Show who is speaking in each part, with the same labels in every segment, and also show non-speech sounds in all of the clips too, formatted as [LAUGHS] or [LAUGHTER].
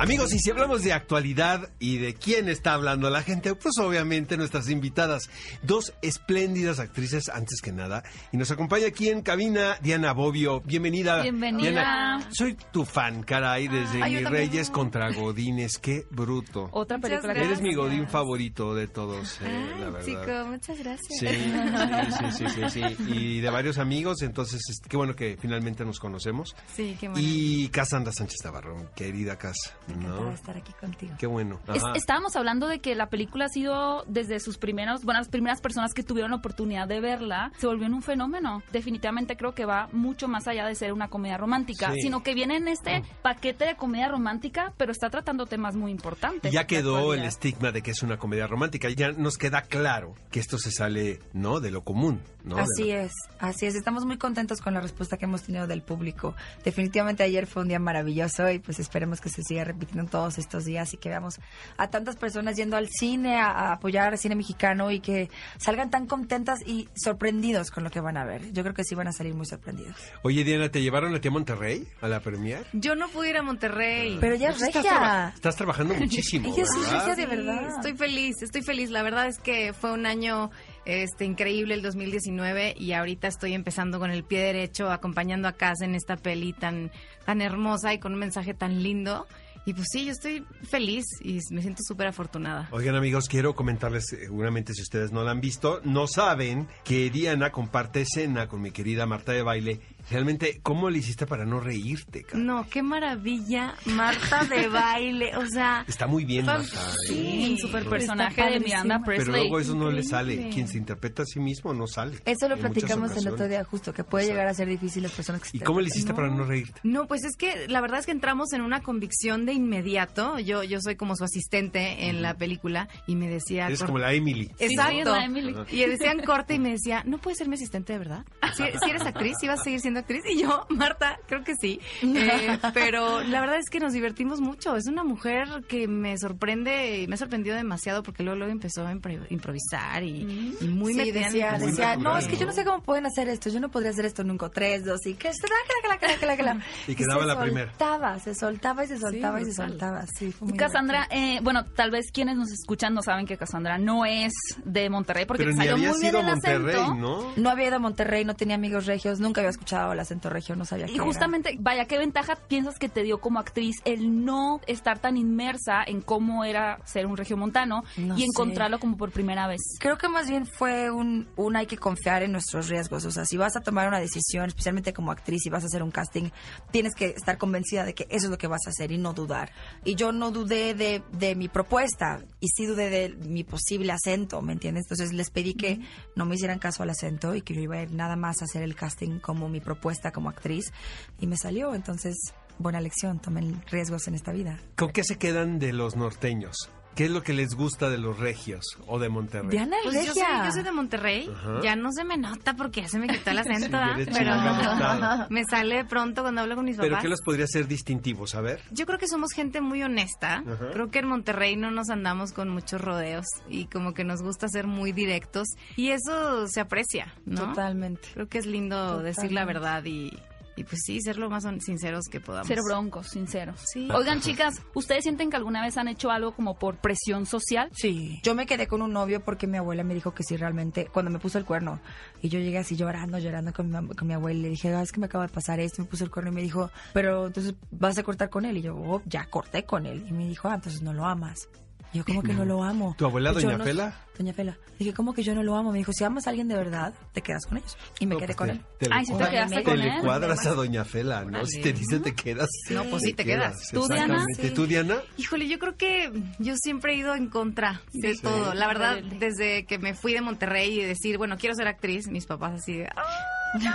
Speaker 1: Amigos, y si hablamos de actualidad y de quién está hablando la gente, pues obviamente nuestras invitadas, dos espléndidas actrices antes que nada, y nos acompaña aquí en cabina Diana Bobbio. Bienvenida.
Speaker 2: Bienvenida.
Speaker 1: Diana, soy tu fan, caray, desde
Speaker 2: Ay, yo
Speaker 1: Mis
Speaker 2: también.
Speaker 1: Reyes contra Godines, qué bruto.
Speaker 3: Otra
Speaker 2: Muchas
Speaker 3: película que
Speaker 1: Eres
Speaker 2: gracias. Ah,
Speaker 1: mi Godín favorito de todos, eh, la
Speaker 2: Ay,
Speaker 1: verdad.
Speaker 2: chico, muchas gracias.
Speaker 1: Sí, sí, sí, sí, sí. Y de varios amigos, entonces este, qué bueno que finalmente nos conocemos.
Speaker 2: [LAUGHS] Sí, qué bueno.
Speaker 1: Y Casandra Sánchez Navarro, mi querida Cas,
Speaker 3: Encantada de
Speaker 1: ¿no?
Speaker 3: estar aquí contigo.
Speaker 1: Qué bueno.
Speaker 4: Es-
Speaker 1: Ajá.
Speaker 4: estábamos hablando de que la película ha sido desde sus primeros, bueno, las primeras personas que tuvieron la oportunidad de verla, se volvió en un fenómeno. Definitivamente creo que va mucho más allá de ser una comedia romántica,
Speaker 1: Sí. Mm.
Speaker 4: sino que viene en este paquete de comedia romántica, pero está tratando temas muy importantes.
Speaker 1: Ya quedó el
Speaker 3: actualidad.
Speaker 1: estigma de que es una comedia romántica. Ya nos queda claro que esto se sale, ¿no? De lo común, ¿no? De
Speaker 3: Así
Speaker 1: lo-
Speaker 3: es, así es. Estamos muy contentos con la respuesta que hemos tenido del público. Definitivamente ayer fue un día maravilloso y pues esperemos que se siga repitiendo todos estos días y que veamos a tantas personas yendo al cine a, a apoyar al cine mexicano y que salgan tan contentas y sorprendidos con lo que van a ver. Yo creo que sí van a salir muy sorprendidos.
Speaker 1: Oye, Diana, ¿te llevaron a ti a Monterrey a la premier?
Speaker 2: Yo no pude ir a Monterrey. Ah,
Speaker 3: Pero ya es
Speaker 1: Estás, traba-
Speaker 3: regia.
Speaker 1: estás
Speaker 3: [LAUGHS]
Speaker 1: trabajando muchísimo,
Speaker 3: Ella sí es
Speaker 1: ¿verdad?
Speaker 3: regia
Speaker 2: Sí,
Speaker 3: de verdad.
Speaker 2: Estoy feliz, estoy feliz. La verdad es que fue un año este increíble el 2019 y ahorita estoy empezando con el pie derecho acompañando a casa en esta peli tan tan hermosa y con un mensaje tan lindo. Y pues sí, yo estoy feliz y me siento súper afortunada.
Speaker 3: Oh,
Speaker 1: Oigan amigos, quiero comentarles, eh, seguramente si ustedes no la han visto, no saben que Diana comparte escena con mi querida Marta de Baile. Realmente, ¿cómo le hiciste para no reírte, cara?
Speaker 2: No, qué maravilla, Marta de baile, o sea,
Speaker 1: Está muy bien,
Speaker 2: Fam-
Speaker 1: Marta. ¿eh?
Speaker 2: sí.
Speaker 4: un super personaje de Miranda
Speaker 1: Pero
Speaker 4: Presley.
Speaker 1: luego eso no le
Speaker 2: Increíble.
Speaker 1: sale. Quien se interpreta a sí mismo no sale.
Speaker 3: Eso lo
Speaker 1: en muchas
Speaker 3: platicamos el otro
Speaker 1: ocasiones.
Speaker 3: día justo, que puede
Speaker 1: Exacto.
Speaker 3: llegar a ser difícil las personas que
Speaker 1: ¿Y
Speaker 3: se-
Speaker 1: cómo le hiciste para no reírte?
Speaker 2: No, pues es que la verdad es que entramos en una convicción de inmediato. Yo, yo soy como su asistente en la película y me decía.
Speaker 1: Eres
Speaker 2: cor-
Speaker 1: como la Emily.
Speaker 4: Sí, sí, es
Speaker 2: Exacto.
Speaker 4: la Emily.
Speaker 2: y decían corte y me decía, no puedes ser mi asistente de verdad. Si, si eres actriz, si vas a seguir siendo actriz. Y yo, Marta, creo que sí. Eh, pero la verdad es que nos divertimos mucho. Es una mujer que me sorprende, y me ha sorprendido demasiado porque luego, luego empezó a impro- improvisar y, y muy
Speaker 3: sí,
Speaker 2: metida en-
Speaker 3: decía,
Speaker 1: Muy
Speaker 3: decía,
Speaker 1: natural,
Speaker 3: no, es que yo
Speaker 1: ¿no?
Speaker 3: no sé cómo pueden hacer esto, yo no podría hacer esto nunca. Tres, dos, y que se da, que la, que la, que
Speaker 2: [LAUGHS]
Speaker 3: la, que la.
Speaker 1: Y quedaba
Speaker 3: se
Speaker 1: la primera.
Speaker 3: Soltaba, se soltaba y se soltaba y se
Speaker 2: brutal.
Speaker 3: soltaba. Sí, fue muy
Speaker 4: Cassandra, eh, bueno, tal vez quienes nos escuchan no saben que Cassandra no es de Monterrey porque
Speaker 1: Pero
Speaker 4: te
Speaker 1: ni
Speaker 4: salió
Speaker 1: había
Speaker 4: muy bien
Speaker 1: sido
Speaker 4: el
Speaker 1: Monterrey,
Speaker 4: acento.
Speaker 1: ¿no?
Speaker 3: divertido. No había ido a Monterrey, no tenía amigos regios, nunca había escuchado el acento regio, no sabía qué
Speaker 4: Y
Speaker 3: era.
Speaker 4: justamente, vaya, ¿qué ventaja piensas que te dio como actriz el no estar tan inmersa en cómo era ser un regiomontano
Speaker 3: No
Speaker 4: y
Speaker 3: sé.
Speaker 4: encontrarlo como por primera vez?
Speaker 3: Creo que más bien fue un, un hay que confiar en nuestros riesgos. O sea, si vas a tomar una decisión, especialmente como actriz, si vas a hacer un casting, tienes que estar convencida de que eso es lo que vas a hacer y no dudar. Y yo no dudé de, de mi propuesta y sí dudé de mi posible acento, ¿me entiendes? Entonces les pedí que no me hicieran caso al acento y que yo iba a ir nada más a hacer el casting como mi propuesta como actriz y me salió. Entonces, buena lección, tomen riesgos en esta vida.
Speaker 1: ¿Con qué se quedan de los norteños? ¿Qué es lo que les gusta de los regios o de Monterrey?
Speaker 3: Diana
Speaker 2: Pues yo, soy, yo soy de Monterrey,
Speaker 1: Ajá.
Speaker 2: ya no se me nota porque ya se me
Speaker 1: [LAUGHS]
Speaker 2: quitó el acento,
Speaker 1: Sí,
Speaker 2: ¿ah?
Speaker 1: eres chilanga
Speaker 2: pero
Speaker 1: adoptada.
Speaker 2: [LAUGHS] me sale de pronto cuando hablo con mis
Speaker 1: ¿Pero
Speaker 2: papás.
Speaker 1: qué los podría ser distintivos? A ver.
Speaker 2: Yo creo que somos gente muy honesta.
Speaker 1: Ajá.
Speaker 2: Creo que en Monterrey no nos andamos con muchos rodeos y como que nos gusta ser muy directos y eso se aprecia, ¿no?
Speaker 3: Totalmente.
Speaker 2: Creo que es lindo decir la
Speaker 3: Totalmente.
Speaker 2: verdad y, y pues sí, ser lo más hon- sinceros que podamos.
Speaker 4: Ser broncos, sinceros.
Speaker 2: Sí.
Speaker 4: Oigan, chicas, ¿ustedes sienten que alguna vez han hecho algo como por presión social?
Speaker 3: Sí. Yo me quedé con un novio porque mi abuela me dijo que sí realmente, cuando me puso el cuerno, y yo llegué así llorando, llorando con mi, mam- con mi abuela, y le dije, "Ah, es que me acaba de pasar esto, me puso el cuerno, y me dijo, pero entonces vas a cortar con él, y yo, "Oh, ya corté con él, y me dijo, ah, entonces no lo amas. Y Yo como que no lo amo.
Speaker 1: ¿Tu abuela,
Speaker 3: Y yo,
Speaker 1: doña
Speaker 3: "No,
Speaker 1: Fela?
Speaker 3: Doña Fela. Dije, ¿cómo que yo no lo amo? Me dijo, si amas a alguien de verdad, te quedas con ellos. Y me
Speaker 1: No,
Speaker 3: quedé
Speaker 1: pues
Speaker 3: con
Speaker 1: te-
Speaker 3: él.
Speaker 1: le
Speaker 4: Ay, sí te
Speaker 1: cuadras-
Speaker 4: quedaste
Speaker 1: te
Speaker 4: con
Speaker 1: le
Speaker 4: él.
Speaker 1: cuadras a doña Fela, ¿no?
Speaker 2: Órale.
Speaker 1: Si te dice te quedas.
Speaker 2: No, pues sí, te quedas.
Speaker 4: ¿Tú, Diana?
Speaker 1: exactamente.
Speaker 3: Sí.
Speaker 1: ¿Tú, Diana?
Speaker 2: Híjole, yo creo que yo siempre he ido en contra de
Speaker 1: Sí.
Speaker 2: todo. La verdad,
Speaker 4: Rebelde.
Speaker 2: desde que me fui de Monterrey y decir, bueno, quiero ser actriz, mis papás así de, "Ah, no,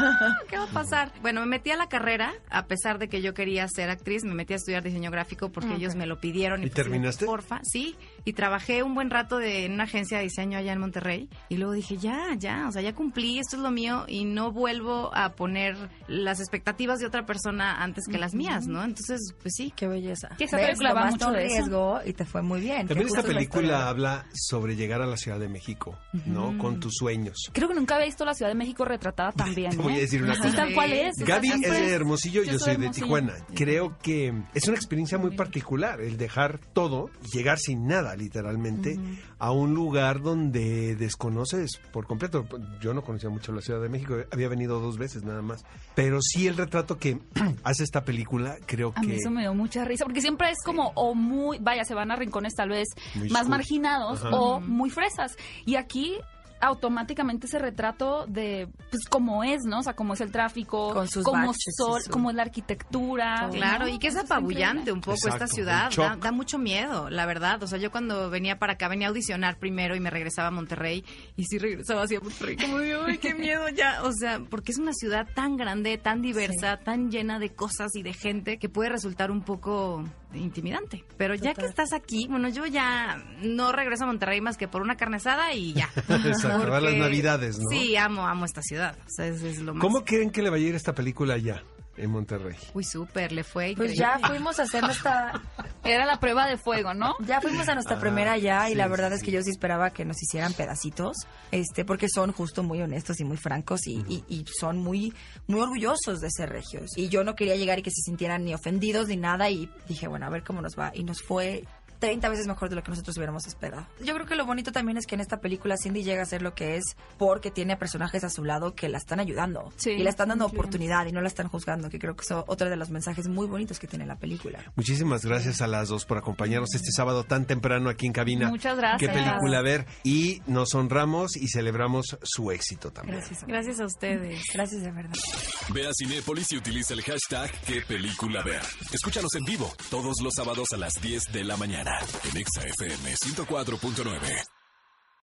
Speaker 2: ¿qué va a pasar? Bueno, me metí a la carrera, a pesar de que yo quería ser actriz, me metí a estudiar diseño gráfico porque ellos me lo pidieron.
Speaker 1: ¿Y
Speaker 2: pues,
Speaker 1: terminaste?
Speaker 2: Porfa, sí, y trabajé un buen rato de, en una agencia de diseño allá en Monterrey y luego dije, ya, ya, o sea, ya cumplí, esto es lo mío y no vuelvo a poner las expectativas de otra persona antes que las mías, ¿no? Entonces, pues sí.
Speaker 3: Qué belleza.
Speaker 4: Que esa
Speaker 3: Ves,
Speaker 4: película va
Speaker 3: tomaste
Speaker 4: mucho
Speaker 3: un
Speaker 4: de eso.
Speaker 3: riesgo y te fue muy bien.
Speaker 1: También
Speaker 3: que
Speaker 1: esta
Speaker 3: justo es la
Speaker 1: película
Speaker 3: historia.
Speaker 1: habla sobre llegar a la Ciudad de México, ¿no? Con tus sueños.
Speaker 4: Creo que nunca había visto la Ciudad de México retratada
Speaker 1: [LAUGHS]
Speaker 4: tan bien.
Speaker 1: Te voy a
Speaker 4: ¿eh?
Speaker 1: decir una
Speaker 4: [LAUGHS] Así
Speaker 1: cosa.
Speaker 4: tal cual es. o sea,
Speaker 1: Gaby es
Speaker 4: siempre
Speaker 1: de Hermosillo, yo, soy de
Speaker 4: Hermosillo.
Speaker 1: Tijuana. Creo que es una experiencia muy particular el dejar todo y llegar sin nada, literalmente, a un lugar donde desconoces por completo. Yo no conocía mucho la Ciudad de México, había venido dos veces nada más. Pero sí el retrato que [CLEARS THROAT] hace esta película, creo
Speaker 4: A
Speaker 1: que...
Speaker 4: mí eso me dio mucha risa, porque siempre es como o muy, vaya, se van a rincones tal vez
Speaker 1: Muy
Speaker 4: más
Speaker 1: oscuro.
Speaker 4: marginados
Speaker 1: Ajá.
Speaker 4: o muy fresas. Y aquí automáticamente ese retrato de pues como es, ¿no? O sea, cómo es el tráfico,
Speaker 3: Con sus
Speaker 4: cómo
Speaker 3: baches y
Speaker 4: sol,
Speaker 3: su-
Speaker 4: cómo es la arquitectura.
Speaker 2: Claro,
Speaker 4: ¿no?
Speaker 2: y que es
Speaker 4: Eso está
Speaker 2: apabullante
Speaker 4: increíble.
Speaker 2: un poco
Speaker 1: Exacto,
Speaker 2: esta ciudad,
Speaker 1: un
Speaker 2: da,
Speaker 1: shock.
Speaker 2: da mucho miedo, la verdad. O sea, yo cuando venía para acá, venía a audicionar primero y me regresaba a Monterrey, y sí regresaba hacia Monterrey, como de, "Ay, qué miedo ya. O sea, porque es una ciudad tan grande, tan diversa, tan llena de cosas y de gente, que puede resultar un poco intimidante. Pero ya que estás aquí, bueno, yo ya no regreso a Monterrey más que por una carnesada y ya.
Speaker 1: [LAUGHS] Exacto, para las Navidades, ¿no?
Speaker 2: Sí, amo, amo esta ciudad. O sea, es, es lo más...
Speaker 1: ¿Cómo creen que le va a ir esta película allá, en Monterrey?
Speaker 2: Uy, súper, le fue.
Speaker 3: Pues
Speaker 2: increíble.
Speaker 3: ya fuimos a hacer nuestra...
Speaker 4: [LAUGHS] Era la prueba de fuego, ¿no?
Speaker 3: Ya fuimos a nuestra
Speaker 1: Ah,
Speaker 3: primera ya y
Speaker 1: sí,
Speaker 3: la verdad
Speaker 1: sí,
Speaker 3: es
Speaker 1: sí.
Speaker 3: que yo sí esperaba que nos hicieran pedacitos, este, porque son justo muy honestos y muy francos y, y- y son muy, muy orgullosos de ser regios. Y yo no quería llegar y que se sintieran ni ofendidos ni nada y dije, bueno, a ver cómo nos va. Y nos fue 30 veces mejor de lo que nosotros hubiéramos esperado. Yo creo que lo bonito también es que en esta película Cindy llega a ser lo que es porque tiene a personajes a su lado que la están ayudando
Speaker 4: Sí,
Speaker 3: y la están dando
Speaker 4: increíble.
Speaker 3: oportunidad y no la están juzgando, que creo que es otro de los mensajes muy bonitos que tiene la película.
Speaker 1: Muchísimas gracias a las dos por acompañarnos este sábado tan temprano aquí en cabina.
Speaker 4: Muchas gracias.
Speaker 1: Qué película ver y nos honramos y celebramos su éxito también.
Speaker 3: Gracias.
Speaker 2: Gracias a ustedes.
Speaker 3: Gracias de verdad.
Speaker 5: Ve a Cinépolis y utiliza el hashtag qué película ver. Escúchanos en vivo todos los sábados a las 10 de la mañana en Exa FM 104.9.